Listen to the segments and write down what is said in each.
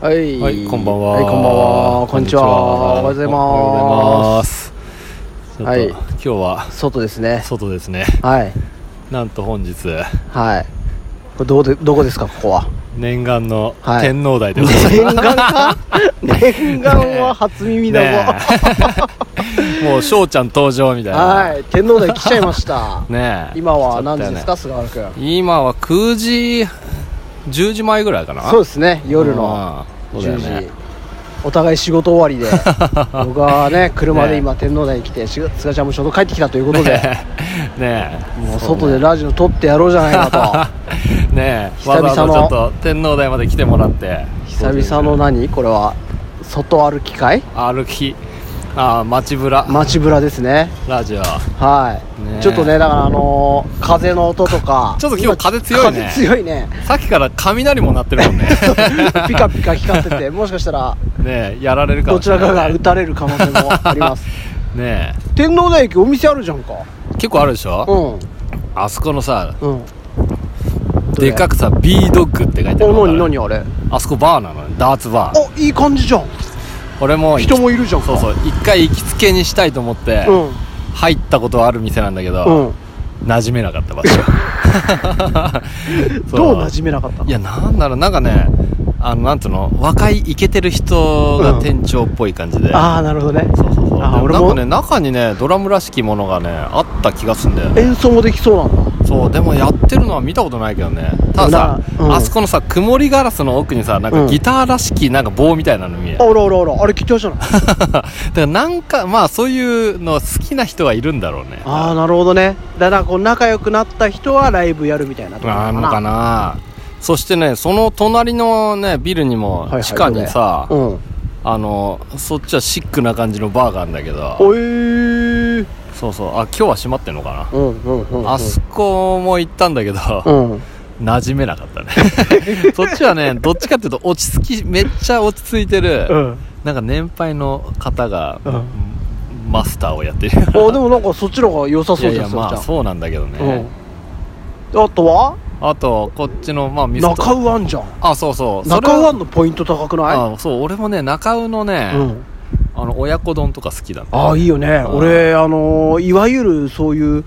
はい、はい、こんばんは。はい、こんばんは。こんにちは。おはようございおはようございま。ますす。ちょっと、はい今日は外ですね。外ですね。はい、なんと本日、はい。これどうで、どこですか、ここ は。念願のはい天皇台でござい ます。念願か。念願は初耳だぞ。ねえ もう翔ちゃん登場みたいな。はい、天皇台来ちゃいま した。ねえ今は何時ですか、菅原君。今は9時、10時前ぐらいかな。そううですね、夜のんそうだ10よ時。ね。お互い仕事終わりで僕はね車で今天皇台に来てし菅ちゃんもちょうど帰ってきたということで、 ねえ。もう外でラジオ撮ってやろうじゃないかねえ、久わ々のざわざちょっと天皇台まで来てもらって。と久々の何これは外歩き会歩きああ街ぶら街ぶらですねラジオはいねえちょっとねだからあのー風の音とか ちょっと今日風強いね風強い ねさっきから雷も鳴ってるも んねピカピカ光っててもしかした らねえやられるかどもちしれらないかが撃たれる可能性もあります ね天皇台駅お店あるじゃんかえ結構あるでしうょ、んあそこのさうんでかくさ B ドッグって書いてあるのおわ何かる何あれあそこバーなのねダーツバーおいい感じじゃん俺も人もいるじゃんかそうそう一回行きつけにしたいと思って、うん入ったことはある店なんだけうど、ん馴染めなかった場所 そうどう馴染めなかったのいやなんだろうなんかねあのなんつうの若いイケてる人が店長っぽい感じで、ああなるほどねそうそうそうあーで俺もなんもかね中にねドラムらしきものがねあった気がすんだよね演奏もできそうなんだそうでもやってるのは見たことないけどねたださ、なうんあそこのさ曇りガラスの奥にさなんうかんギターらしきなんか棒みたいなの見える、あらあらあらあれギターじゃない だからなんかまあそういうの好きな人はいるんだろうねああなるほどねだからこう仲良くなった人はライブやるみたいなとこあなーののかかななそしてねその隣のねビルにもいはい地下にさ、うんあのそっちはシックな感じのバーがあるんだけどおえーそうそうあ今日は閉まってんのかうんうんうんうんなあそこも行ったんだけど、うん馴染めなかった ねそっちはねどっちかっていうと落ち着きめっちゃ落ち着いてる、うんなんか年配の方が、うんマスターをやってるあでもなんかそっちの方が良さいそやういじゃやんまあそそうなんだけどうちゃんね、うんあとはあとこっちのまあミス中ト尾あんじゃんあそうそうそれ中尾あはんのポイント高くなあそう俺もね中尾のねい、うんあの親子丼とか好きだねああいいよねん俺あのーいわゆるそういう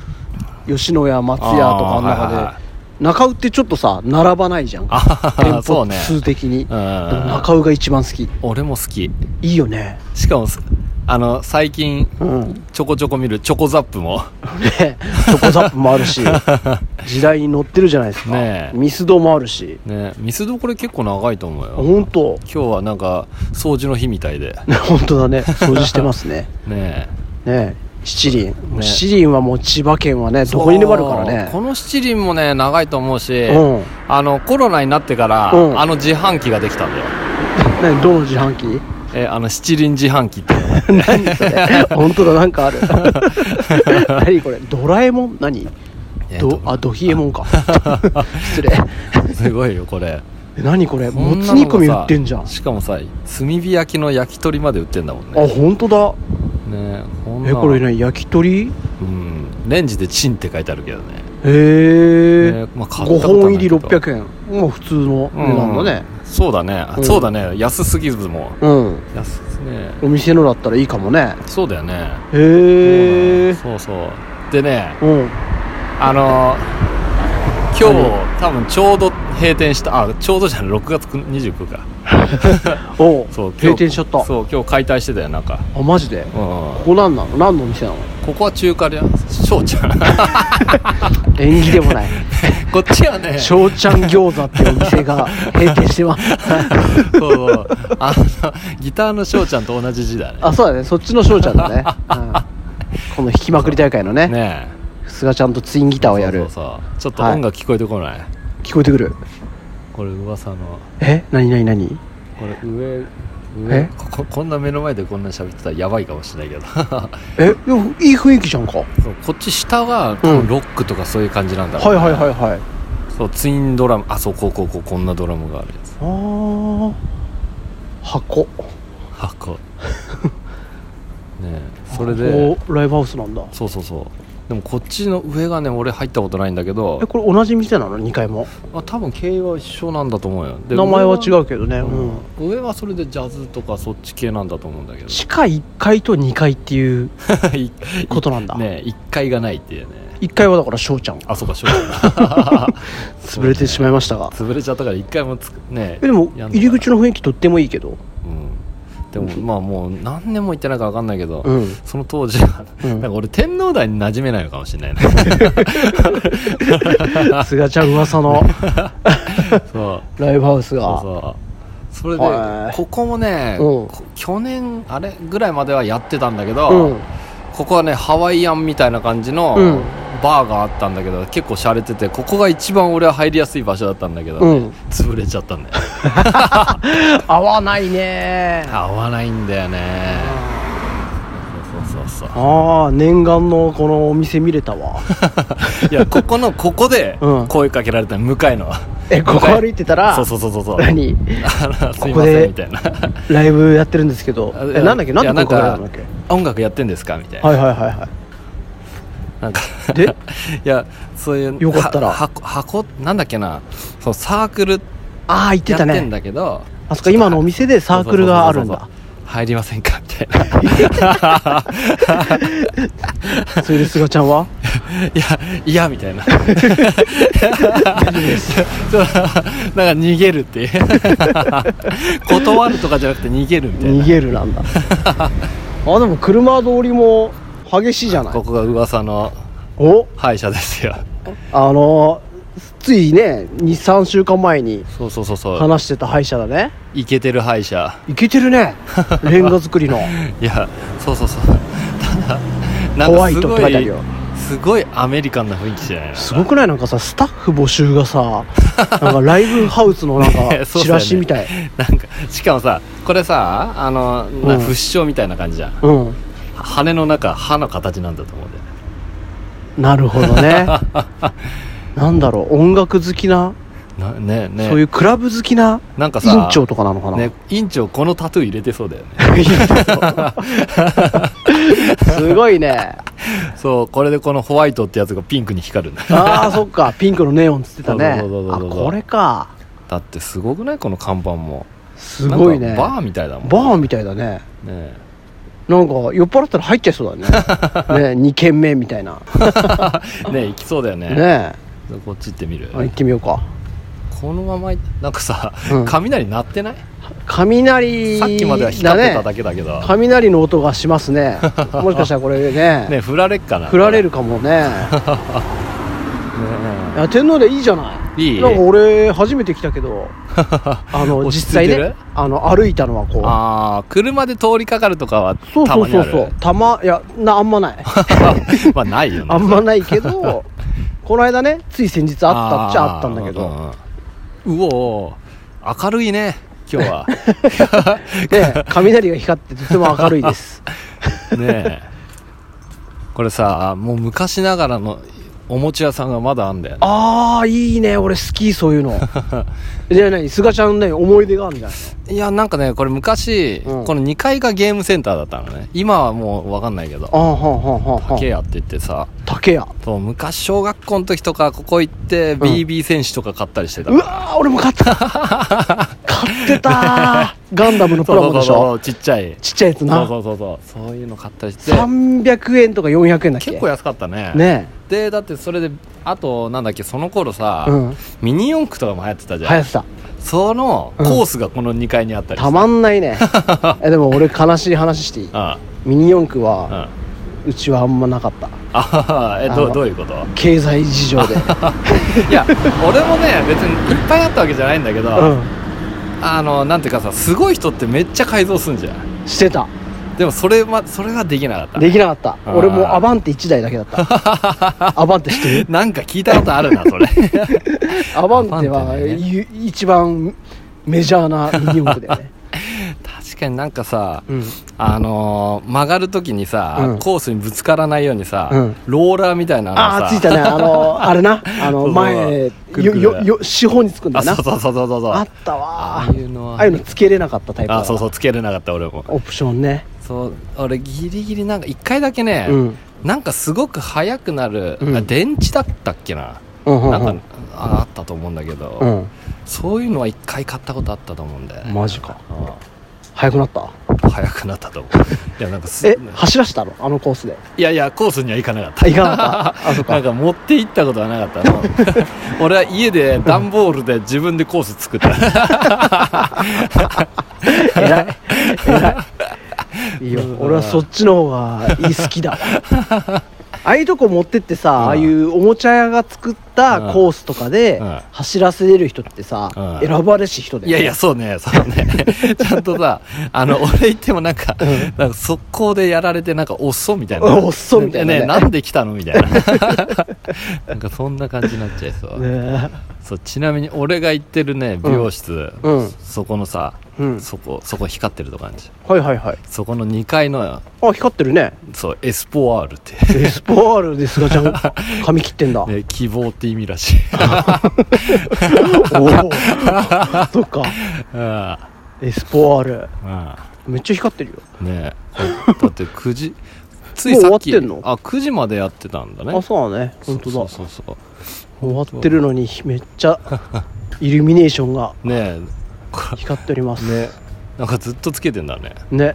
吉野家松屋とかのあーはいはい中はで中尾いってちょっとさ並ばないじゃんあはは店はそう舗ね数的に、うんでも中尾が一番好き俺も好きいいよねしかもすあの最近うんねちょこちょこ見るチョコザップもチョコザップもある し時代に乗ってるじゃないですか、ねえミスドもあるしねミスドこれ結構長いと思うよ本当今日はなんか掃除の日みた いで本当だね掃除してます ねねえねえ七輪、ね七輪はもう千葉県はねどこにでもあるからそうねこの七輪もね長いと思うし、うんあのコロナになってから、うんあの自販機ができたんだよ何どの自販 機えあの七輪自販機っていうのがあって何それ 本当だなんかあ る何これドラえもん何えっとどあドヒエモンか失礼すごいよこれえ何これもこんつなのがさ煮込み売ってんじゃんあしかもさ炭火焼きの焼き鳥まで売ってんだもんね本当だねこんなえのこれ何焼き鳥うんレンジでチンって書いてあるけどねへえ、ねまあ買った5ことは本ない入りけど600円もう普通の値段だねうんそうだね、うんそうだね安すぎずもうん、安すねお店のだったらいいかもねそうだよねへえそうそうでねうんあのー今日多分ちょうど閉店したあちょうどじゃない6月29九 かおうそう今日閉店しちゃったそう今日解体してたよなんか、あマジでうん、ここ何なの何のお店なのここは中華料翔ちゃん 縁起でもないこっちはね翔ちゃん餃子ってお店が閉店してます そうそうあのギターの翔ちゃんと同じ字だねあそうだねそっちの翔ちゃんだね、うん、この弾きまくり大会のねねえ菅ちゃんとツインギターをやるそうそうそうちょっと音楽聞こえてこない、聞こえてくるこれ噂のえ何何何これ上上えこここんな目の前でこんな喋ってたらやばいかもしれないけどえでもいい雰囲気じゃんかはいそうこっち下は多分ロックとかそういう感じなんだろうはいね、はいはいそうツインドラムあそうこうこうこうこんなドラムがあるやつあー箱 箱ねえそれこでこライブハウスなんだそうそうそうでもこっちの上がね俺入ったことないんだけどえこれ同じ店なの2階もあ多分経営は一緒なんだと思うよで名前は違上はうけどね、うんうん上はそれでジャズとかそっち系なんだと思うんだけど地下1階と2階っていういことなんだ、 ね一階がないっていうね1階はだから翔ちゃんあそうかしょうがない 潰れてしまいましたが潰れちゃったから一回もつくねえでもやんのかな入り口の雰囲気とってもいいけどうんでもまあもう何年も行ってないから分かんないけど、うんその当時は、うんなんか俺天皇台に馴染めないのかもしれないね 菅ちゃん噂 のそうライブハウスそうがそうそれではいここもね、うんこ去年あれぐらいまではやってたんだけど、うんここはねハワイアンみたいな感じのうんバーがあったんだけど結構洒落ててここが一番俺は入りやすい場所だったんだけど、うん潰れちゃったんだよ 合わないね合わないんだよねそうそうそうそうああ念願のこのお店見れた わいやここのここでうん声かけられたの向かいのえここ歩いてたらそうそうそうそうそう何あのすいここませでんみたいなライブやってるんですけどあえなんだっけいやなんでここななんんだっかけ音楽やってんですかみたいな、はいはいはいはなんかいで いやそういうよかったらは箱箱なんだっけなそうサークルああ言ってやたってんねだけどあそこ今のお店でサークルがあるんそうだそうそうそう入りませんかみたいな それで菅ちゃんはいやいやみたいなちょっと なんか逃げるっていう 断るとかじゃなくて逃げるみたい逃なげる なんだあでも車通りも激しいじゃないここが噂のお歯医者ですよあのついね23週間前にそうそうそうそう話してた歯医者だねイケてる歯医者いけてるね レンガ作り のいやそうそうそうただなん怖かいすとご書いてあるよいすごいアメリカンな雰囲気じゃないすごくないなんかさスタッフ募集がさなんかライブハウスのなんか そうだよねチラシみたいなんかしかもさこれさあの、なうん不死鳥みたいな感じじゃんうん羽の中歯の形なんだと思うんだなよねるほど ねなんだろう音楽好きな、なねねそういうクラブ好きななんかさ院長とかなのかな、ね、院長このタトゥー入れてそうだよね すごいねそうこれでこのホワイトってやつがピンクに光るんだああそっかピンクのネオンつってたねそうそうそうあそうそうこれかだってすごくないこの看板もすごいなねんかバーみたいだもんバーみたいだねねなんか酔っ払ったら入っちゃいそうだ ねね2軒目みたいなえねえ行きそうだよねねこっち行ってみるえあ行ってみようかこのままいなんかさ、うん雷鳴ってない雷さっきまでは光ってただねけだけどね雷の音がしますねもしかしたらこれ ね振られっかな振られるかもねいや天皇でいいじゃないいいなんか俺初めて来たけどあの落ち着実いて際るねあの歩いたのはこう ああ車で通りかかるとかはそうたそまうにそあうるそうたまいやなあんまない まあないよねあんまないけ どこの間ねつい先日あったっちゃあったんだけどあーうんうんうおー明るいね今 日はね、雷が光ってとても明るい です。ねえこれさもう昔ながらのお餅屋さんがまだあんだよねああ、いいね。俺好き、そういうの。 じゃあ何菅ちゃんね、思い出があるんじゃないいやなんかねこれ昔、うんこの2階がゲームセンターだったのね今はもうわかんないけどああ、はんはんはんは竹ん。屋って言ってさ竹や。そう昔小学校の時とかここ行ってん BB 戦士とか買ったりしてたうわー、俺も買 った。買ってたー。ガンダムのプそうラそモうそでしょ。うそうちっちゃいちっちゃいやつそうな。そうそうそうそういうの買ったりして300円とか400円だっけ結構安かったねねでだってそれであとなんだっけその頃さ、うんミニ四駆とかも流行ってたじ流ゃ行んってた。そのうんコースがこの2階にあったりたまん ないね。えでも俺悲しい話していいあミニ四駆あは、うちはあんまなかった。ああえあどのうどういうこと経済事情で。いや俺もね別にいっぱ いあったわけじゃないんだけど、うあのなんていうかさすごい人ってめっちゃ改造すんじゃんん。してた。でもそれはそれはできなかったできなかったあー俺もアバンテ1台だけだった アバンテ知ってるなんか聞いたことあるなそれ アバンテアバはンテねゆ一番メジャーなミニ四駆だ よね、確かになんかさ、うん、あのー曲がるときにさ、うんコースにぶつからないようにさ、うんローラーみたいなのあさあついたねあ のあれなあそうのそう前くるよくるよよ四方につくんだあよなそうそうそうそうそうそうあったわああいうのはああいうのつけれなかったタイプだあそうそうつけれなかった俺もオプションねそう俺ギリギリなんか1回だけね、うんなんかすごく速くなる、うんあ電池だったっけな、うんうんなんうかんああったと思うんだけど、うんそういうのは1回買ったことあったと思うんだよね、マジかうん速くなった速くなったと思ういやなんかすえ走らしたのあのコースでいやいやコースには行かなかったあ行かなか ったあそっなんかか持って行ったことはなかったの 俺は家で段ボールで自分でコース作った 偉い偉いいいよ俺はそっちの方がいい好きだわ ああいうとこ持ってってうんさああいうおもちゃ屋が作ったコースとかでうん走らせれる人ってさうん選ばれし人だいやいやそうねそ うねちゃんとさあの俺行ってもなんか,、なんか速攻でやられてなんかおっそみたいなおっそみたいなねねなんで来たのみたいな なんかそんな感じになっちゃいそう,、ねそうちなみに俺が行ってるね美容室、うんそこのさ、うんそこそこ光ってるとこあるじゃんはいはいはいそこの2階のあ光ってるねそうエスポアールってエスポールでスガち ゃん髪切ってんだね、希望って意味らしい おお そっかうんエスポールうめっちゃ光ってるよんねえだって9時ついもうさっ終きわってんのあ9時までやってたんだねあそうだね本当だそうそうそう終わってるのにめっちゃイルミネーションがねえこ光っておりますれねなんかずっとつけてんだね、ね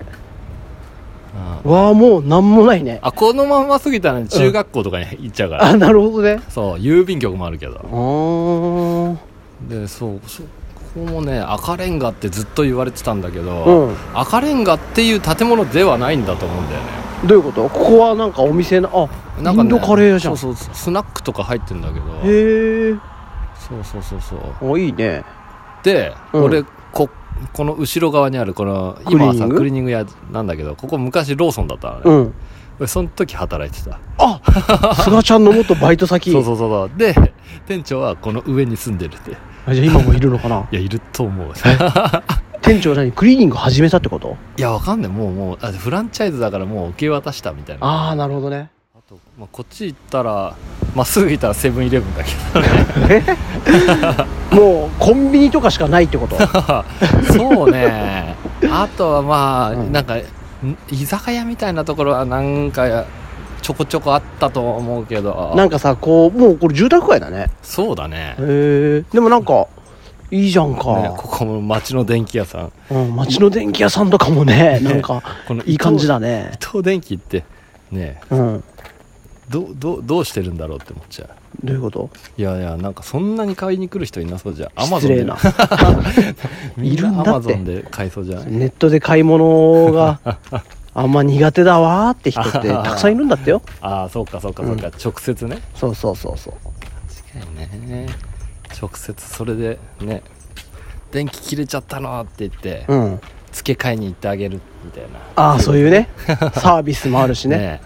うんわあもうなんもないねあこのまま過ぎたらね中学校とかに行っちゃうから、あなるほどねそう郵便局もあるけどあーでそうそうここもね赤レンガってずっと言われてたんだけど、うん赤レンガっていう建物ではないんだと思うんだよねどういうことここはなんかお店のあなんイかンねドカレー屋じゃんそうそうスナックとか入ってんだけどへえそうそうそうそうあいいねで、うん俺ここの後ろ側にあるこのクリーニン今グさクリーニング屋なんだけどここ昔ローソンだったのね、 うん俺その時働いてたあスガちゃんの元バイト先そうそうそうそうで店長はこの上に住んでるっていあじゃあ今もいるのかなやいると思う店長何クリーニング始めたってこと いやわかんないもうもうあフランチャイズだからもう受け渡したみたいなあああなるほど ねと、まあ、こっち行ったらまっすぐ行ったらセブンイレブンだけど もうコンビニとかしかないって こと そうねあとはまあ、うんなんかん居酒屋みたいなところはなんかちょこちょこあったと思うけどなんかさこうもうこれ住宅街だねそうだねへえでもなんかいいじゃんか、ね、ここも町の電気屋さんうん、町の電気屋さんとかもねなんかこの伊藤いい感じだね伊藤電気ってねうんどうどうどうしてるんだろうって思っちゃうどういうこといやいやなんかそんなに買いに来る人いなそうじゃんアマゾ失ン礼でなみいるんんだなってアマゾンで買いそうじゃないネットで買い物 があんま苦手だわーって人 ってたくさんいるんだってよああそうかそうかそうか、直接ねそうそうそうそう確かにね直接それでね電気切れちゃったのって言って、うん付け替えに行ってあげるみたいなああそういう ねサービスもあるしねね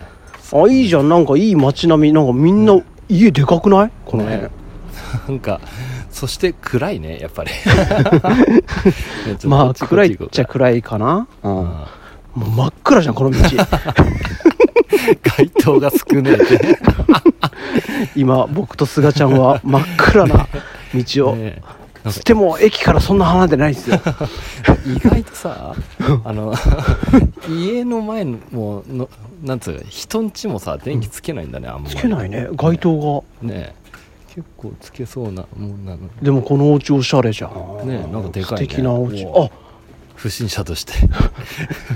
あいいじゃんなんかいい街並みなんかみんな家でかくないこの辺、ね なんかそして暗いねやっ ぱりねちょっとまこあっち暗いっこっちちゃ行こ暗いかな、うん、うもかう真っ暗じゃんこの道街灯が少ねえって今僕と菅ちゃんは真っ暗な道を、ねなんつかっても駅からそんな離れてない ですよ意外とさあの家の前のもうのなんつうか人んちもさ電気つけないんだねあんまりつけないね街灯ね結構つけそうなもんなのがでもこのお家おしゃれじゃんねなんかでかいね素敵なお家うわあ不審者として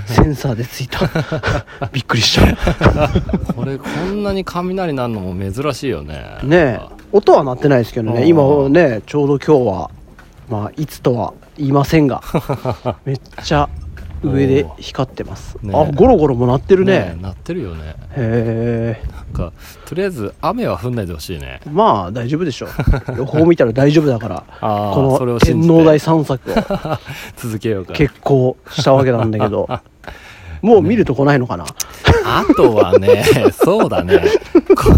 センサーでつい たびっくりしたこれこんなに雷なんのも珍しいよねねえ音は鳴ってないですけどあーね今ねちょうど今日はまあいつとは言いません がめっちゃ上で光ってます、おーねあゴロゴロも鳴ってるねなってるよねへえなんかとりあえず雨は降んないでほしいねまあ大丈夫でしょう予報見たら大丈夫だからあーこそれのを信天じて皇大散策を続けようか決行したわけなんだけ どもう見るとこないのかな、あとはねそうだねこ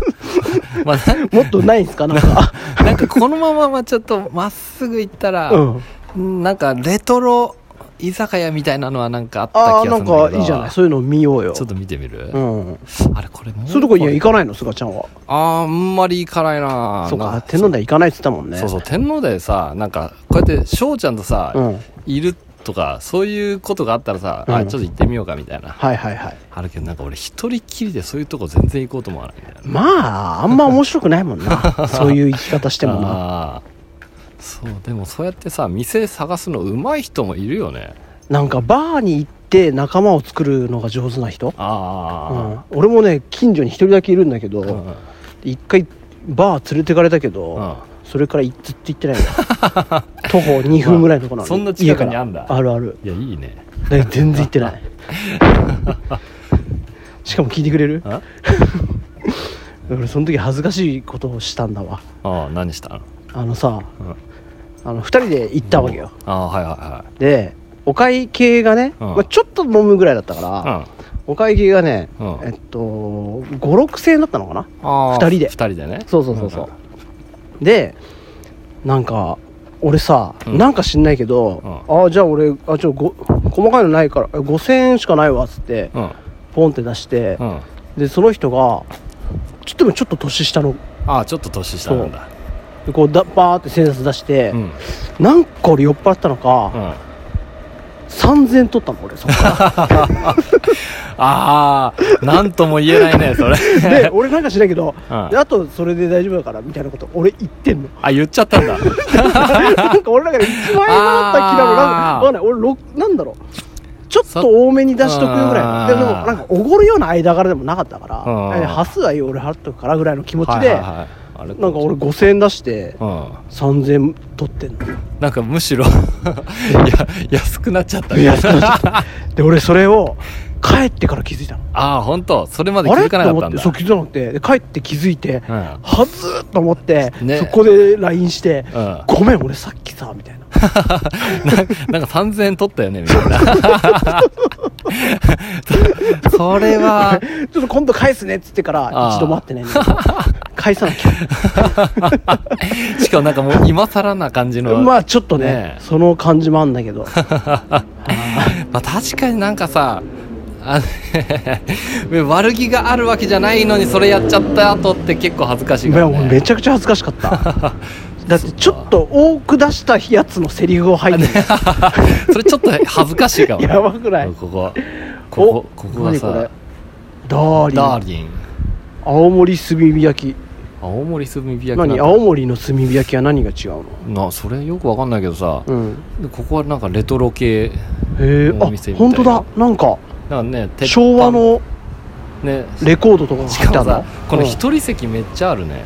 まあなんもっとないんすか なんかなんかこのまままちょっとまっすぐ行ったら、うんなんかレトロ居酒屋みたいなのはなんかあったああ気ながすんるんだけかどいいじゃないそういうの見ようよちょっと見てみる、うんあれこれもうそういうとこには行かないのすがちゃんはあーあんまり行かないなそうなか天皇台行かないって言ったもんねそうそう天皇でさなんかこうやって翔ちゃんとさ、うんいるとかそういうことがあったらさ、うんあちょっと行ってみようかみたいなはいはいはいあるけどなんか俺一人っきりでそういうとこ全然行こうと思わないみたいなまああんま面白くないもん なそういう生き方してもなあーそうでもそうやってさ店探すの上手い人もいるよねなんかバーに行って仲間を作るのが上手な人、うんあ、俺もね近所に一人だけいるんだけど、あ、うん一回バー連れてかれたけど、うんそれからいずっと行ってないの 徒歩2分ぐらいのとこなの、 そんな近くに家からあんだあるあるいやいいねだから全然行って ないしかも聞いてくれるあ俺その時恥ずかしいことをしたんだわああ何したのあのさうんあの2人で行ったわけよああはいはでお会計がね、うんまあ、ちょっと飲むぐらいだったかいら、はいお会計がね、うんうんえっと56,000円だったのかなあ二人で2人でねそうそうそうそううん、でなんか俺さ、うんなんか知んないけど、ああじゃあ俺あちょご細かいのないからえ5000円しかないわっつってうんポンって出して、うんでその人がちょっとでもちょっと年下のああちょっと年下なんだこうだバーって千冊出して、うんうんなんか俺酔っ払ったのか、あ3000円取ったの俺そっかあなんとも言えな いねそれら で俺なんか知んないけど、うんであとそれで大丈夫だからみたいなこと俺言ってんのあ言っちゃったんだなんか俺の中で一番だった気だもんなんかあーわかんない俺ろなんだろうちょっと多めに出しとくぐらいのあーででもなんかおごるような間柄でもなかったからうんえ端数はいいよ俺払っとくからぐらいの気持ちはいで、はいはいあなれんか俺5000円出してうん3000円取ってんのなんかむしろ いや安くなっちゃったみたいな で俺それを帰ってから気づいたのああ本当それまであ気れづかなかとっ思たっんてだそう気づかなくてで帰って気づいて、うんはずーっと思って、ねそこで LINE して、うんなごめん俺さっきさ」みたいな なんか3000円取ったよねみたいな そそれは 「ちょっと今度返すね」っつってからあー一度待って ね返さなきゃしかもなんかもう今更な感じの、ままあちょっとねねえその感じもあんだけどあ、確かになんかさあ 悪気があるわけじゃないのにそれやっちゃった後って結構恥ずかしいいかやら、俺ね、めちゃくちゃ恥ずかしかっただってちょっと多く出したやつのセリフを入ってる それちょっと恥ずかしいかもねやばくないここここここが何れさダーリンダーリン青森炭火焼き青森炭火焼き何青森の炭火焼きは何が違うのなそれよくわかんないけどさ、うんでここはなんかレトロ系へえあお店みたい本な当だなんかなんかね鉄板昭和のねレコードとかがし入っかてあもるのさこのうん一人席めっちゃあるね、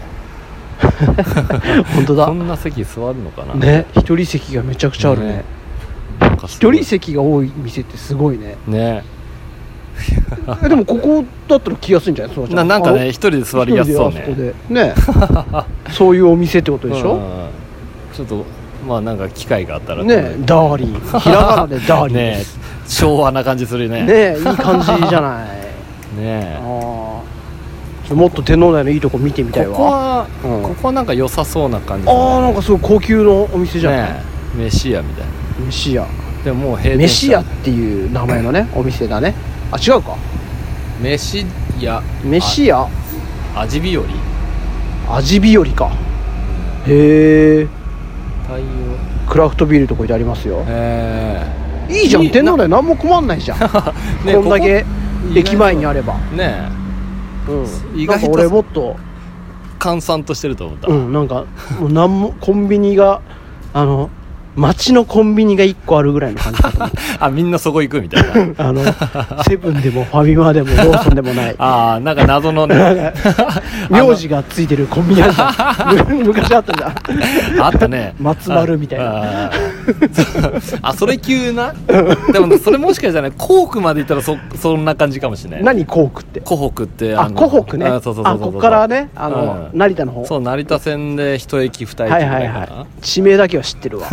本当こだんな席座るのかなね一人席がめちゃくちゃあるねねなんかす一ごい人席が多い店ってすごいねねえでもここだったら来やすいんじゃないそうじゃななんかね一人で座りやすそうね一人で あそこでねそういうお店ってことでしうんょうんうんちょっとまあなんか機会があったらねダーリンひらがなでダーリンでねす昭和な感じする ねねいい感じじゃないねああもっと天皇台のいいとこ見てみたこいわこは、うんここはなんか良さそうな感じするああなんかすごい高級のお店じゃない、ね飯屋みたい飯屋なでももう閉店飯し屋たっていう名前のねお店だねあ違うか飯屋飯屋味日和味日和かへえ対応クラフトビールとか置いてありますよえ いいじゃいんい天皇台何も困んない じゃん、えこんだけ駅前にあれれば、ねうん、意なん外かと俺もっとえ閑散としてると思った、うんなんかもう何もコンビニがあの街のコンビニが1個あるぐらいの感じだと思う あみんなそこ行くみたい なあのセブンでもファミマでもローソンでもないああなんか謎 のね名字がついてるコンビニあった 昔あったんだあったね松丸みたいなああー あそれ急なでもねそれもしかしたらねコークまで行ったらそそんな感じかもしれない何コークって湖北ってあの湖北ねあそうそうそうあそうこっからねあの、うん成田の方そう成田線で一駅二駅ぐはらいいかな、はいはい地名だけは知ってるわ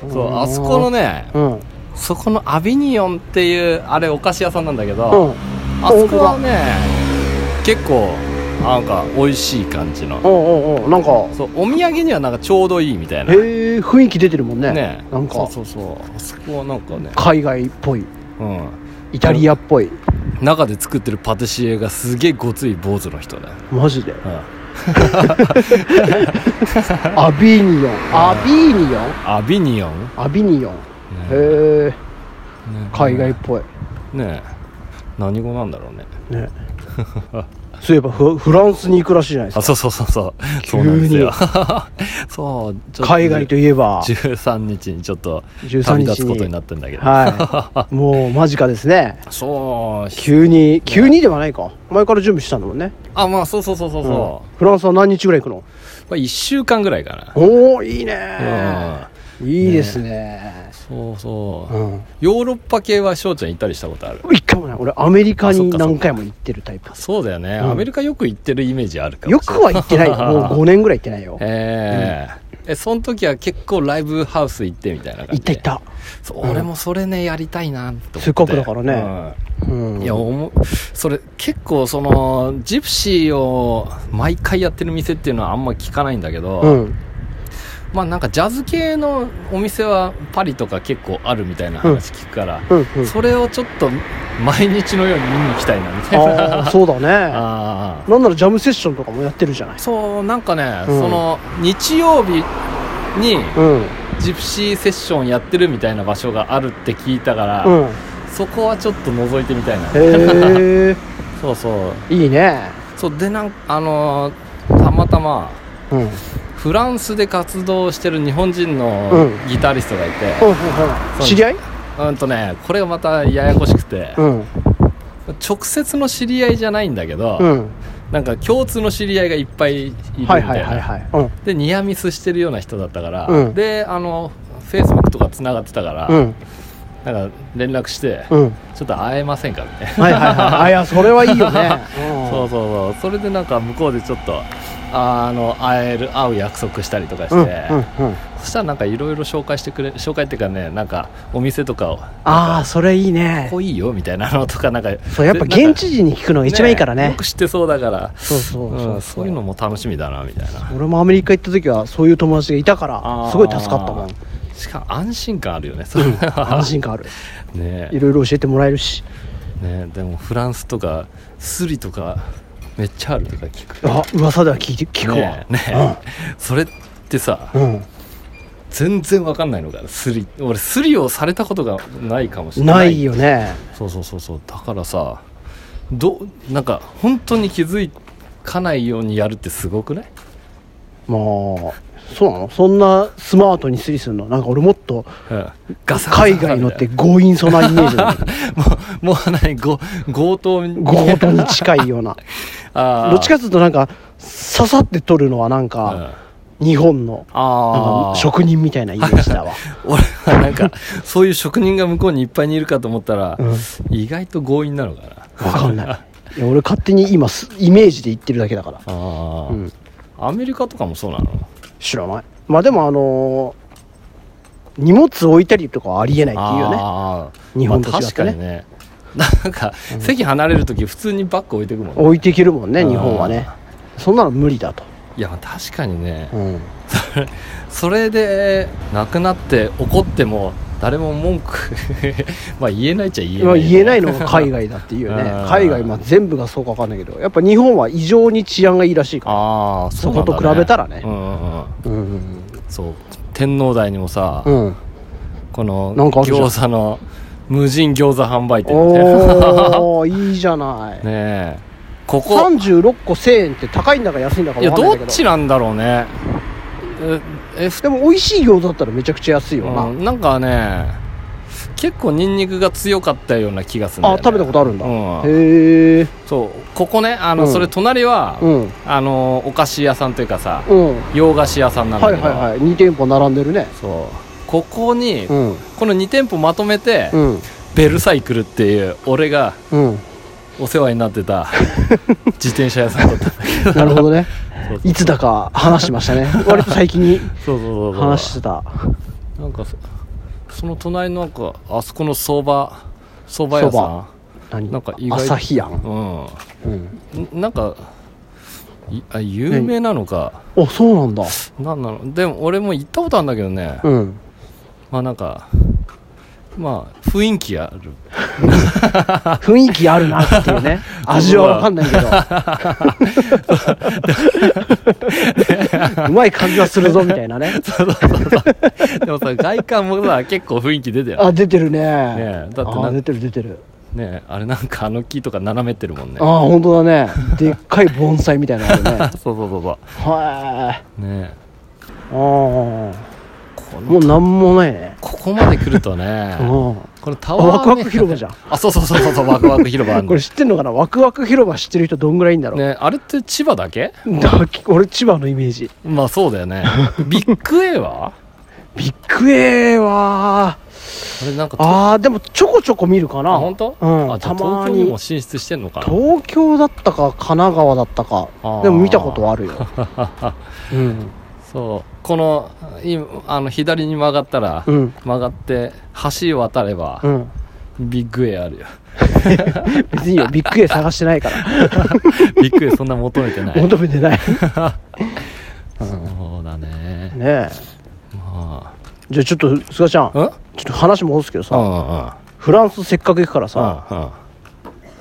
そうあそこのねうん、うん、そこのアビニオンっていうあれお菓子屋さんなんだけど、おうあそこはね結構なんか美味しい感じのおうおうなんかそうお土産にはなんかちょうどいいみたいなへえ雰囲気出てるもんねねなんかそうそうそうあそこはなんかね海外っぽいうんイタリアっぽい中で作ってるパティシエがすげえごつい坊主の人だよ、マジ でうん、アビニオンアビニオンアビニオンアビニオンへえね海外っぽいねえ何語なんだろうねね そういえばフフランスに行くらしいじゃないですあかそうそうそうそうそうなんですよ そうちょっと海外といえば13日にちょっと13旅日に立つことになってんだけど、 はいもう間近ですねそう急に急にではないか前から準備したんだもんね、あまあそうそうそうそううんそフランスは何日ぐらい行くのう、まあ、1週間ぐらいかなおおいいねいいですねそうそう、うんヨーロッパ系は翔ちゃん行ったりしたことある一回もない俺アメリカあそにっかそっか何回も行ってるタイプそうだよね、うんアメリカよく行ってるイメージあるかもよしれくは行って ないよもう5年ぐらい行ってないよないえええその時は結構ライブハウス行ってみたいな感行っじたで行ったそう俺もそれねやりたいなと思ってせっかくだからね、ううんんいやおもそれ結構そのジプシーを毎回やってる店っていうのはあんま聞かないんだけど、うんまあなんかジャズ系のお店はパリとか結構あるみたいな話聞くから、うんうんそれをちょっと毎日のように見に行きたいなみたいなああそうだね あなんならジャムセッションとかもやってるじゃないーそうなんかね、うんその日曜日にうんジプシーセッションやってるみたいな場所があるって聞いたから、うんそこはちょっと覗いてみたいな へえそうそういいねそうでなんあのーたまたまうんうんうんフランスで活動してる日本人うのんギタリストがいて、うん知り合いうん、とねこれがまたややこしくて、うん直接の知り合いじゃないんだけど、うんなんか共通の知り合いがいっぱいいるみたはいいな、はいはいはいうんでニアミスしてるような人だったから、うんであのフェイスブックとかつながってたから、うんなんか連絡して、うんちょっと会えませんかみた いな、はいはいはいあいやそれはいいよね そうそうそうそれでなんか向こうでちょっとああの会える会う約束したりとかして、うんうんうんそしたらなんかいろいろ紹介してくれ紹介っていうかねなんかお店とかをああそれいいねここいいよみたいなのとかなんかそうやっぱ現地人に聞くのが一番いいからねねよく知ってそうだからそうそううそんうそういうのも楽しみだなみたいな俺もアメリカ行った時はそういう友達がいたからすごい助かった もんんしかも安心感あるよねそれ安心感あるねいろいろ教えてもらえるしねでもフランスとかスリとかめっちゃあるとか聞くあ噂では聞いて聞くわねねそれってさうん全然わかんないのかなスリ俺スリをされたことがないかもしれなないいよねそうそうそうそうだからさどなんか本当に気づかないようにやるってすごくないまあそうなのそんなスマートにスリするのなんか俺もっとうん海外のって強引そうなイメージだけど もうもう何ご強盗に 強盗に近いようなあーどっちかっていうとなんか刺さって取るのはなんうんか日本のなんあかあ職人みたいなイメージだ わ俺はなんかそういう職人が向こうにいっぱいにいるかと思ったら、うん意外と強引なのかなわかんないいや俺勝手に今すイメージで言ってるだけだからあー、うんアメリカとかもそうなの知らないまあでもあのー荷物置いたりとかはありえないっていうよねあー日本と違ってねまあ確かにねなんか、席離れる時普通にバッグ置いてくもんね置いていけるもんねあー日本はねそんなの無理だと、いやまあ確かにね、うん、それで亡くなって怒っても誰も文句 まあ言えないっちゃ言えない、まあ言えないのが海外だっていうねあー海外まあ全部がそうかわかんないけどやっぱ日本は異常に治安がいいらしいかああそうなんだ、ね、そこと比べたらねうんうんうんらうんそう天皇台にもさ、うん、うん、このなんかあるじゃん餃子の無人餃子販売店みたいな おおいいじゃない、ねえここ36個1000円って高いんだか安いんだかいわやかんないどんっだけちどなんだろうねええふでも美味しい餃子だったらめちゃくちゃ安いよな、うんなんかね結構ニンニクが強かったような気がするんだよあね食べたことあるんだ、うんへえそうここねあの、うんそれ隣は、うんあのお菓子屋さんというかさうん洋菓子屋さんなんだはいけはいど、はい2店舗並んでるねそうここに、うんこの2店舗まとめて、うんベルサイクルっていう俺が うんお世話になっ てた自転車屋さんだったんだけどなるほどねそうそういつだか話してま したね割と最近にそうそうそうそう話してたなんかそその隣のなんかあそこの相場相場屋さ何なんか意外朝日やん、んうん、うんんなんかいあ有名なのかあそうなんだなんなのでも俺も行ったことあるんだけどね、うんまあなんかまあ雰囲気ある 雰囲気あるなっていうね味は分かんないけ どうまい感じはするぞみたいなねそうそうそうでもさ外観もさ結構雰囲気出てるあ出てるねねえだってなあ出てる出てるねあれなんかあの木とか斜めってるもんねああ本当だねでっかい盆栽みたいなのあるね そうそうそうそはうねいああもこうなんもないねここまで来ると ねうんこのタあワワー、ね、クワク広場じゃんあそうそうそうそうそうワクワク広場あんのこれ知ってんのかなワクワク広場知ってる人どんぐらいいんだろう、ねあれって千葉だけだ俺千葉のイメージまあそうだよね ビッグ A はビッグ A はあれなんかああーでもちょこちょこ見るかな本当、うんあじゃたあま東に京にも進出してんのかな東京だったか神奈川だったかあーでも見たことはある よ、うん そうこのいあの左に曲がったら、うん曲がって橋渡ればう、ん、ビッグ A あるよ 別にいいよビッグ A 探してないからビッグ A そんな求めてない求めて ないそうだねねえまじゃあちょっとすがちゃんあうんうんちょっと話戻すけどさうんフランスせっかく行くからうんさうん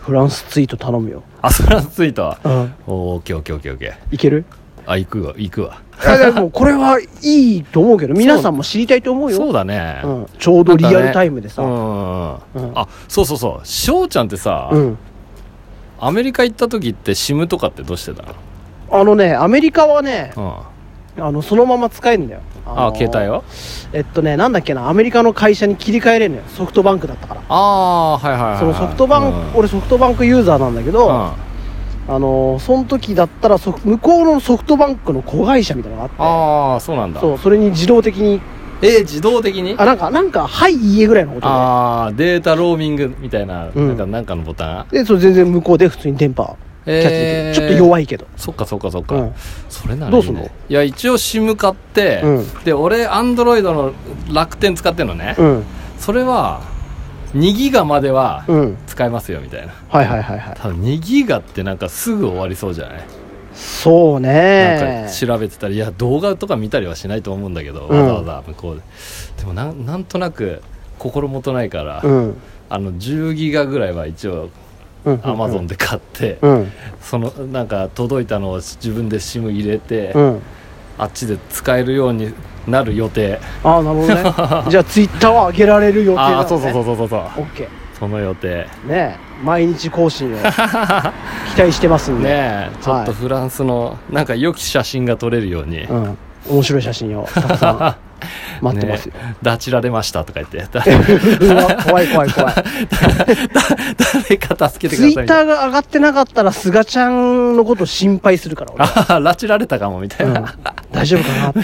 フランスツイート頼むよ、あそらついたわうん、おーオッケーオッケーオッケーオッケーいけるあ行くわ行くわいやでもこれはいいと思うけど皆さんも知りたいと思うよそうだね、うん、ちょうどリアルタイムでさ、うんうんうんうんあそうそうそう翔ちゃんってさ、うん、アメリカ行った時って SIM とかってどうしてたの、あのねアメリカはねうん、あのそのまま使えるんだよああのー携帯をえっとねなんだっけなアメリカの会社に切り替えれんのよソフトバンクだったからああーはいはいはい、はい、そのソフトバンク、うん俺ソフトバンクユーザーなんだけど、ああのーその時だったらソフ向こうのソフトバンクの子会社みたいなのがあっあーそうなんてだそうそれに自動的にえ自動的にあなんかなんか「はいいいえ」ぐらいのことでああデータローミングみたいな、うんなんかなんかのボタンでそう全然向こうで普通に電波キャッチできる、ちょっとい弱いけどそっかそっかそっか、うんそれならいどうい、ね、すんのいや一応 SIM 買って、うで俺アンドロイドの楽天使ってんのね、うんそれは2ギガまではうん使えますよみたいなはいはいはいはい多分2ギガってなんかすぐ終わりそうじゃない、そうなんかね調べてたらいや動画とか見たりはしないと思うんだけど、うんわざわざ向こうででもなんなんとなく心もとないから、うんあの10ギガぐらいは一応うんアマゾンで買って、うんそのなんか届いたのを自分で SIM 入れて、うんあっちで使えるようになる予定ああなるほどね じゃあツイッターは上げられる予定なの、ね、ああそうそうそうそうそうそうオッケーその予定ねえ毎日更新を期待してますんで、ねえちょっはといフランスのなんか良き写真が撮れるように、うん、面白い写真をたくさ ん待ってますよ、ねえ拉致られましたとか言ってだうわ 怖い怖い怖い 誰か助けてツイッくださいターが上がってなかったらすがちゃんのこと心配するから俺ああ拉致られたかもみたいな、うん、大丈夫かなって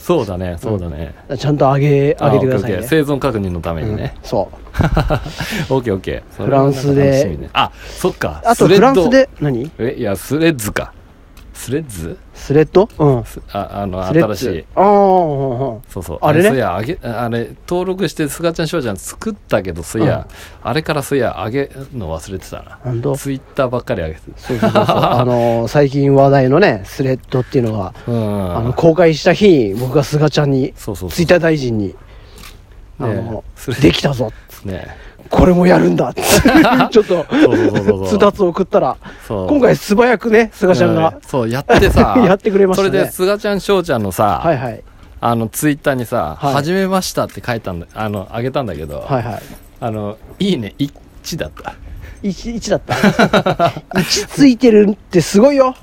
そうだねそうだね、ちゃんと上げ上げてください あオッケーオッケーね生存確認のためにね、うんそうオッケーオッケーフランスでそれはなんか楽しみねあそっかあとスレフッラドンスで何えいやスレッズかスレッズスレッドうんすああのスレッ新しズいああうんうんそうそうあれねそういやあげあれ登録してすがちゃんしょうちゃん作ったけどそういや、あれからそういやあげるの忘れてたほんなとツイッターばっかりあげてそうそうそうそうあ のー最近話題のねスレッドっていうのがうんあの公開した日に僕が菅ちゃんにそうそうそうツイッター大臣に「あねのそれできたぞねこれもやるんだ」 ってちょっとそうそうそうそう通達を送ったらそう今回素早くね菅ちゃんうがそうやってさ やってくれましたねそれで菅ちゃんしょうちゃんのさ、はいはいあのツイッターにさ「はい始めました」って書いたんだあのあげたんだけど、はいはいあのいいね1だった 1, だった 1ついてるってすごいよ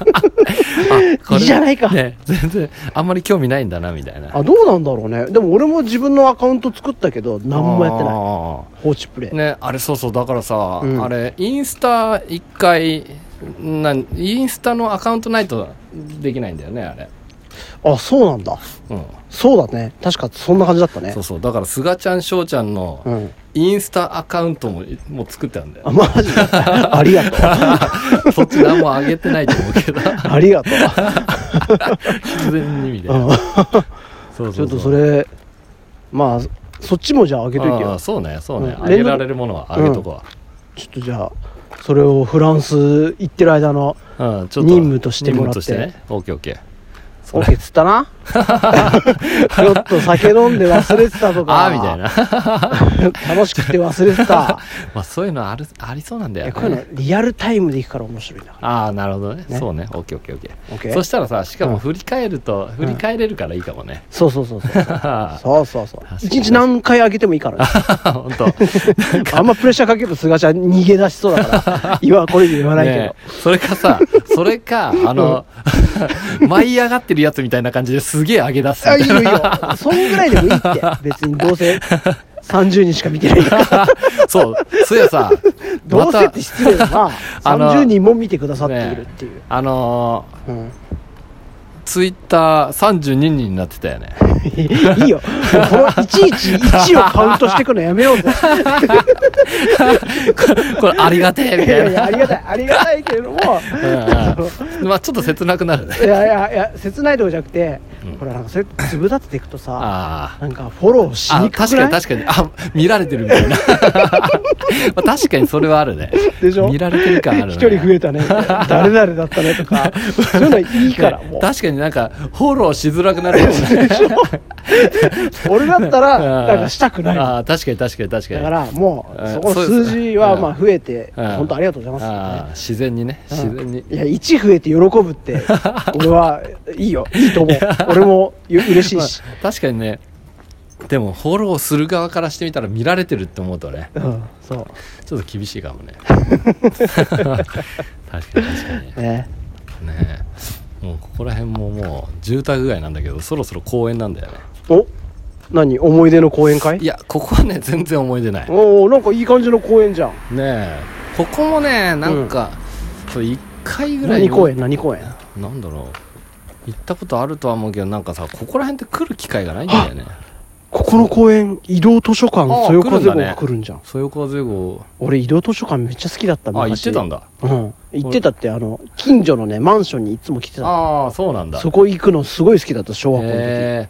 これいいじゃないかね全然あんまり興味ないんだなみたいなあどうなんだろうねでも俺も自分のアカウント作ったけど何もやってないい放置プレイ、ね、あれそうそうだからさ、うんあれインスタ一回なんインスタのアカウントないとできないんだよねあれ、あそうなんだうん、そうだね確かそんな感じだったねそうそうだからすがちゃんしょうちゃんうのんインスタアカウントももう作ってあるんだあよマジで ありがと うそっち何も上げてないと思う けどありがとう自然にみたいな、うんそうちそょうっとそれまあそっちもじゃあ上げといてあよあそうねそうね、うん上げられるものは上げとこちょっとじゃあそれをフランス行ってる間のう、うんちょっと任務としてもらって任務としてね OKOK そオれケ っつったなちょっと酒飲んで忘れてたとか ああーみたいなな楽しくて忘れてた まあそういうのあるありそうなんだいよ、やこね、ういうのリアルタイムで行くから面白いんだかああなるほどねねそうねオッケーオッケーオッケーら OK そしたらさしかうもん振り返ると、振り返れるからいいかもねそうそうそうそう 本そうそうそうかに一日何回あげてもいいからね 当あんまプレッシャーかけると菅ちゃん逃げ出しそうだから 今はこれ以上言わないけど、ねえそれかさそ れかあの、舞い上がってるやつみたいな感じですげえ上げ出すあみいいたよいいいなよそんぐらいでもいいって別にどう せ30人しか見てないからそうそういやさ どまうせったて失礼だなあの30人も見てくださっているっていう、あのうんツイッター32人になってた よねいいよ。もうこのいちいち1をカウントしてくのやめようぜ。これありがてえみいやたい や、ありいながたい、ありがたいけれども、うんうんまあちょっと切なくなるねいやいや、いや、切ないとこじゃなくて、ほら、なんかそれ、つぶ立てていくとさ、あーなんかフォローしあにくく確ないかに確かにあ見られてるみたいな まあ確かにそれはあるねでしょ見られてる感あるね一人増えたね。誰々だったねとか、そういうのいい から、もう。確かになんかフォローしづらく なるよね俺だったら、なんかしたくない。ああ確かに確かに確かにだから、もうう、んそこのそうです数字は、うんまあ、増えて、うん本当ありがとうございますよね。ああ自然にね自然にいや1増えて喜ぶって 俺はいいよいいと思う俺もよ嬉しいし、確かにねでもフォローする側からしてみたら見られてるって思うとねうんそちょっと厳しいか もね確かに確かにうねねもうここら辺ももう住宅街なんだけどそろそろ公園なんだよねお何思い出の公園かいいやここはね全然思い出ないねおおなんかいい感じの公園じゃんえここもねなんか、そう1回ぐらい何に公園何公園なんだろう行ったことあるとは思うけどなんかさここら辺って来る機会がないんだよねここの公園移動図書館あそよ風来るん号だねが来るんじゃんそよ風号俺移動図書館めっちゃ好きだったあ行ってたんだだうん行ってたってあの近所のねマンションにいつも来てたああそうなんだそこ行くのすごい好きだった小学校の時、へえ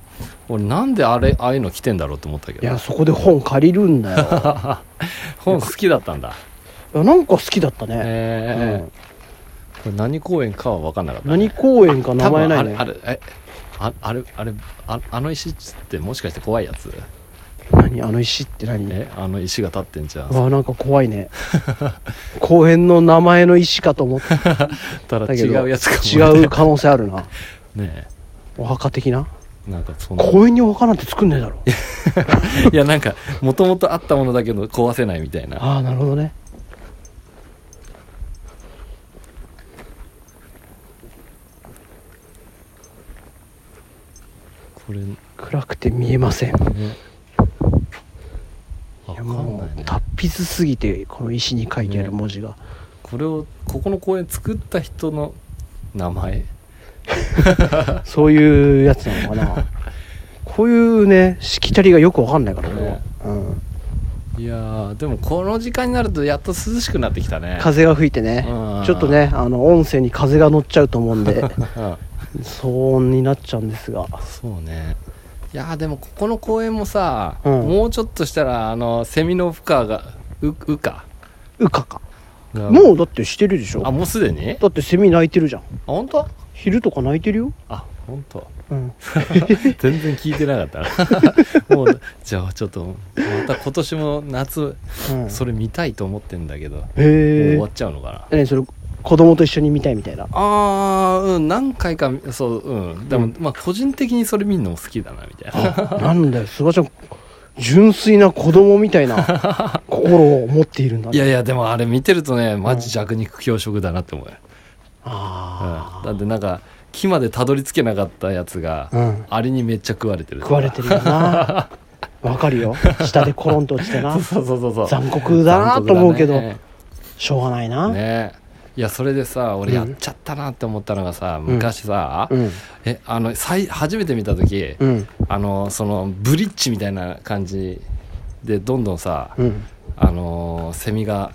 俺なんであれああいうの来てんだろうと思ったけいどやそこで本借りるんだ よ本好きだったんだいやなんか好きだったね、へえこれ何公園かは分かんなかっうん、た何公園か名前ないね多分あれあれえああれあれああの石ってもしかして怖いやつ何あの石って何えあの石が立ってんじゃんうわなんか怖いね 公園の名前の石かと思ったたらけ違どうやつかも違う可能性あるなねお墓的なえなんかそんな公園にお墓なんて作んねえだろいやなんかもともとあったものだけど壊せないみたいなああなるほどねこれね暗くて見えませんいわかやんなもいうね達筆すぎてこの石に書いてある文字が、これをここの公園作った人の名前そういうやつなのか なこういうねしきたりがよくわかんないから俺は、ねうん、いやーでもこの時間になるとやっと涼しくなってきたね風が吹いてねうんちょっとねあの音声に風が乗っちゃうと思うんで うん騒音になっちゃうんですがそうねいやーでもここの公園もさ、うんもうちょっとしたらあのセミの羽化がう羽化うかかがもうだってしてるでしょあもうすでにあだってセミ鳴いてるじゃん本当昼とか鳴いてるよ、あ本 当うん、全然聞いてなか ったなもうじゃあちょっとまた今年も夏それれ見たいと思ってんだけど、もうへ終えわっちゃうのかな何それ子供と一緒に見たいみたい なあーうん何回かそううんでも、うんまあ個人的にそれ見るのも好きだなみたいななんだよ菅ちゃん純粋な子供みたいな心を持っているんだいねやいやでもあれ見てるとねマジ弱肉強食だなって思うよ、うん、あだってなんか木までたどり着けなかったやつが、あうんアリにめっちゃ食われてる食われてるよ なわかるよ下でコロンと落ちてなそうそうそうそう残酷だなと思うけど残酷しょうがないだな、ねねいやそれでさ俺やっちゃったなって思ったのがさ、昔さ、うんえあのさい初めて見た時、うんあのそのブリッジみたいな感じでどんどんさ、うんあのセミが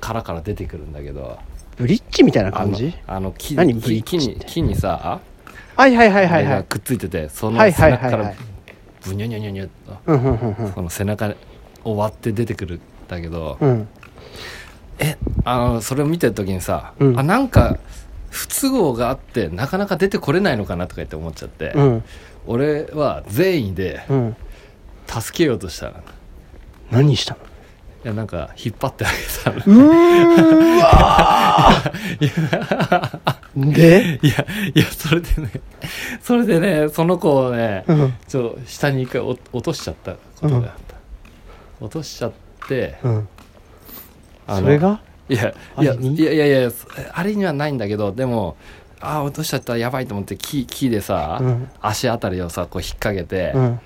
殻から出てくるんだけどブリッジみたいなあ感のじあの木何ブリ木ッジ木ってに木にさはいはいはいはいあはれがいくっついててそのはい背はい中はいかはらいブニョニョニョニョっとうんうんうんうんこの背中を割って出てくるんだけどうんあのそれを見てる時にさ、うんあなんか不都合があってなかなか出てこれないのかなとか言って思っちゃって、うん俺は善意でうん助けようとしたのい何したのやなんか引っ張ってあげたのうーわー で、いやいやそれでねそれでねその子をねうんちょ下に一回お落としちゃったことがあった、落としちゃってうん、あのそれがいやいやあれにいやいやいやそあれにはないんだけどでもああ落としちゃったらやばいと思って木木でさ、うん足あたりをさこう引っ掛けて、うん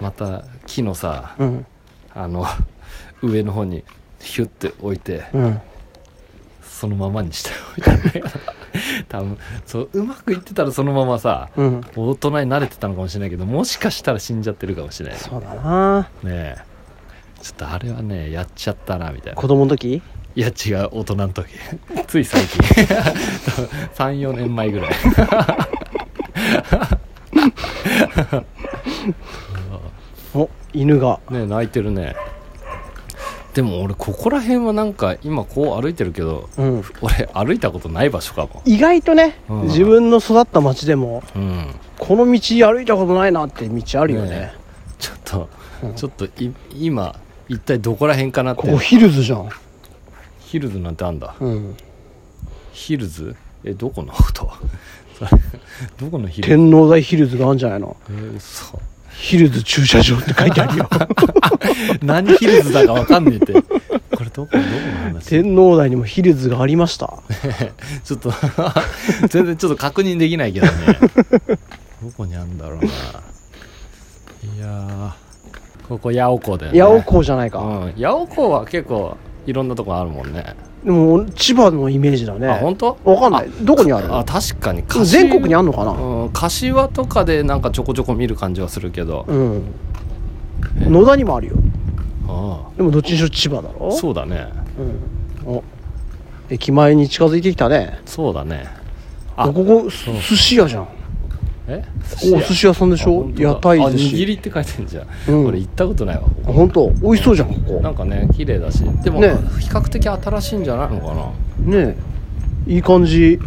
また木のさうんあの上の方にヒュッて置いてうんそのままにしておいたんだけど多分そううまくいってたらそのままさうん大人に慣れてたのかもしれないけどもしかしたら死んじゃってるかもしれないそうだなねえちょっとあれはねやっちゃったなみたいな子供の時いや違う大人の 時つい最近 34年前ぐらいお犬がね泣いてるねでも俺ここら辺はなんか今こう歩いてるけどうん俺歩いたことない場所かも意外とね、うん自分の育った町でもうんこの道歩いたことないなって道あるよねねちょっと、ちょっとい今一体どこら辺かなっここてヒルズじゃん、ヒルズなんてあんだうん、ヒルズえどこのことそれどこのヒルズ天王台ヒルズがあるんじゃないのえー、嘘ヒルズ駐車場って書いてあるよ 何ヒルズだかわかんねえってこれどこどこの 話天王台にもヒルズがありま したちょっと 全然ちょっと確認できないけどねどこにあんだろうないやーここ八百子だよね八百光じゃないか、うん、八百子は結構いろんなとこあるもんねでも千葉のイメージだねあ本当わかんないどこにあるあの確かに全国にあんのかなうん、柏とかでなんかちょこちょこ見る感じはするけど、うん野田にもあるよあでもどっちにしろ千葉だろあそうだねう、うん、お駅前に近づいてきたねそうだねあここす寿司屋じゃんえお寿司屋さんでしあょ本当だ屋台あ寿握司りって書いてんじゃん、うん俺行ったことないわあ本当美味しそうじゃんこなんかね綺麗だしでも、ね比較的新しいんじゃないのかな、こねえいい感じ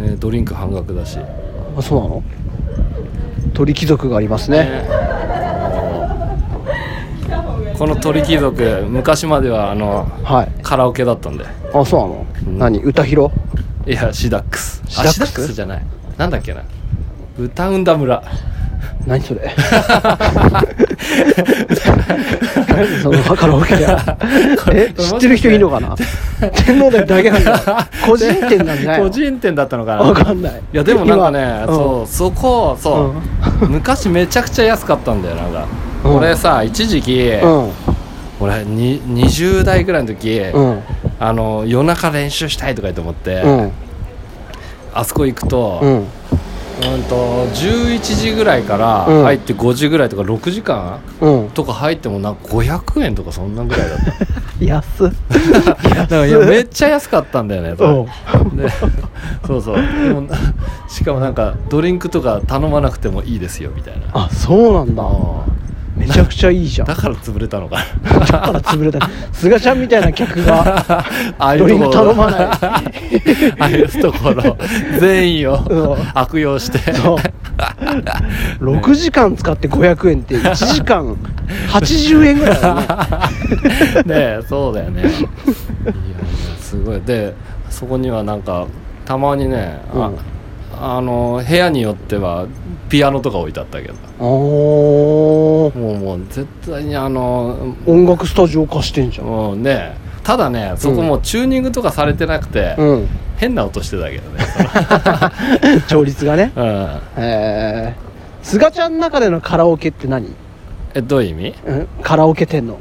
ね、ドリンク半額だしねあそうなの鳥貴族がありますねこの鳥貴族昔まではあのはいカラオケだったんであそうなの、ん何歌広いやシダックスシダックスあダックスじゃないなんだっけな歌うんだ村何 それ何そのカラオケやえ知ってる人いるのかな天皇台だけなん だ個人店なんじゃない個の人店だったのかなわかんないいやでもなんかね、今そうそこそう、 昔めちゃくちゃ安かったんだよなんか、うん俺さ一時期、うんうん俺に20代ぐらいの時、うんあの夜中練習したいとか言って思って、うんあそこ行くと,、う、うんんと11時ぐらいからうん入って5時ぐらいとか6時間うんとか入ってもなんか500円とかそんなぐらいだった安 っだからいや めっちゃ安かったんだよねうそんれで そうそうでもしかもなんかドリンクとか頼まなくてもいいですよみたいなあそうなんだうんめちゃくちゃいいじゃんだだから潰れたのかから潰れた菅ちゃんみたいな客 がなああ いドうリとンこクろ頼まないああいうと ころ善意をうん悪用してそう6時間使って500円って1時間80円ぐらいだよね ねえそうだよねいやいやすごいでそこにはなんかたまにね、あうんあの部屋によってはピアノとか置いてあったけどおーもうもう絶対にあの音楽スタジオ化してんじゃんもうねただねそこもうチューニングとかされてなくて、うん変な音してたけど ね、調律がねうん、えー、菅ちゃんの中でのカラオケって何、えどういう意味うん、カラオケ店の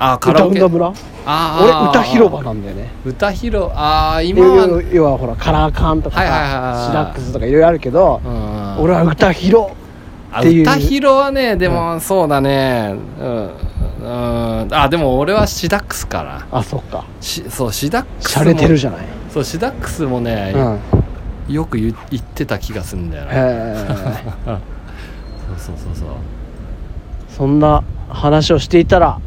あカ歌ラオうんケだ村あ俺歌広場ななんだよね歌広ああ今は、要は要はほらカラーカンとかさはいはいはいはいシラックスとかいろいろあるけど、うん俺は歌広あっていう歌広はねでも、そうだねうん、うん、あでも俺はシダックスかなあそっかしそうシダックスしゃれてるじゃゃない、んそうシダックスもね、うんよく言言ってた気がするんだよえねー、そうそうそうそうそんな話をしていたら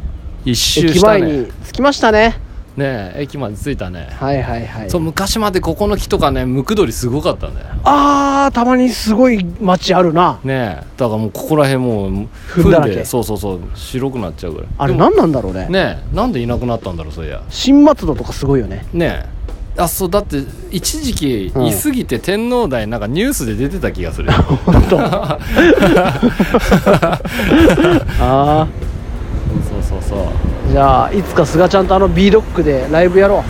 一周駅した前ねに着きましたねねえ駅まで着いたね、はいはいはいそう昔までここの木とかねムクドリすごかったんだよあーたまにすごい街あるなねえだからもうここら辺もう踏んだらけでそうそうそう白くなっちゃうぐらいあれでも何なんだろうねねえなんでいなくなったんだろうそりゃ新松戸とかすごいよねねえあそうだって一時期うんいすぎて天皇台なんかニュースで出てた気がする 本当ああそうそうそうじゃあいつか菅ちゃんとあの B ドックでライブやろ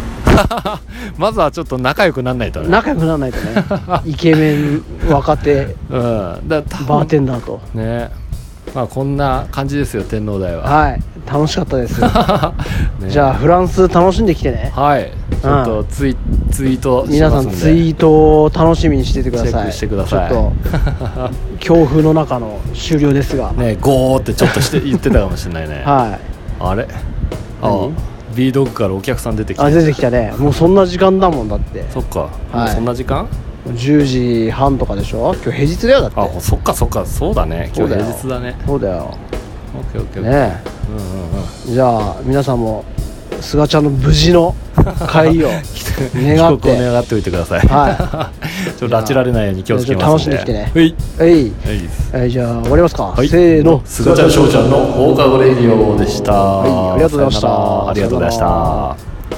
まずはちょっと仲良くなんないとうね仲良くならないと ねイケメン若手うんだからバーテンダーとねまあこんな感じですよ天皇台は、はい楽しかった です、ねじゃあフランス楽しんできてねはいちょっとツイ,、ツイートし皆さますんんでツイートを楽しみにしててくださいチェックしてくださいちょっと強風の中の終了ですが、ねゴーってちょっとして言ってたかもしれないね、 はいあれあ何 B ドッグからお客さん出てきたあ出てきたねもうそんな時間だもんだってそっか、はいもうそんな時間10時半とかでしょ今日平日だよだってあそっかそっかそうだね今日平日だねそうだよオッケーオッケーオッケーねうんうんうんえじゃあ皆さんも菅ちゃんの無事の帰 りを願帰っ国をて願っておいてください、は ちょっと拉致られないように気をつけますんでじゃあ楽しんできてねははいいはいえーじゃあ終わりますか、はいせーのすがちゃんしょうちゃんの放課後レディオでした、はいありがとうございましたさよならありがとうございましさよならた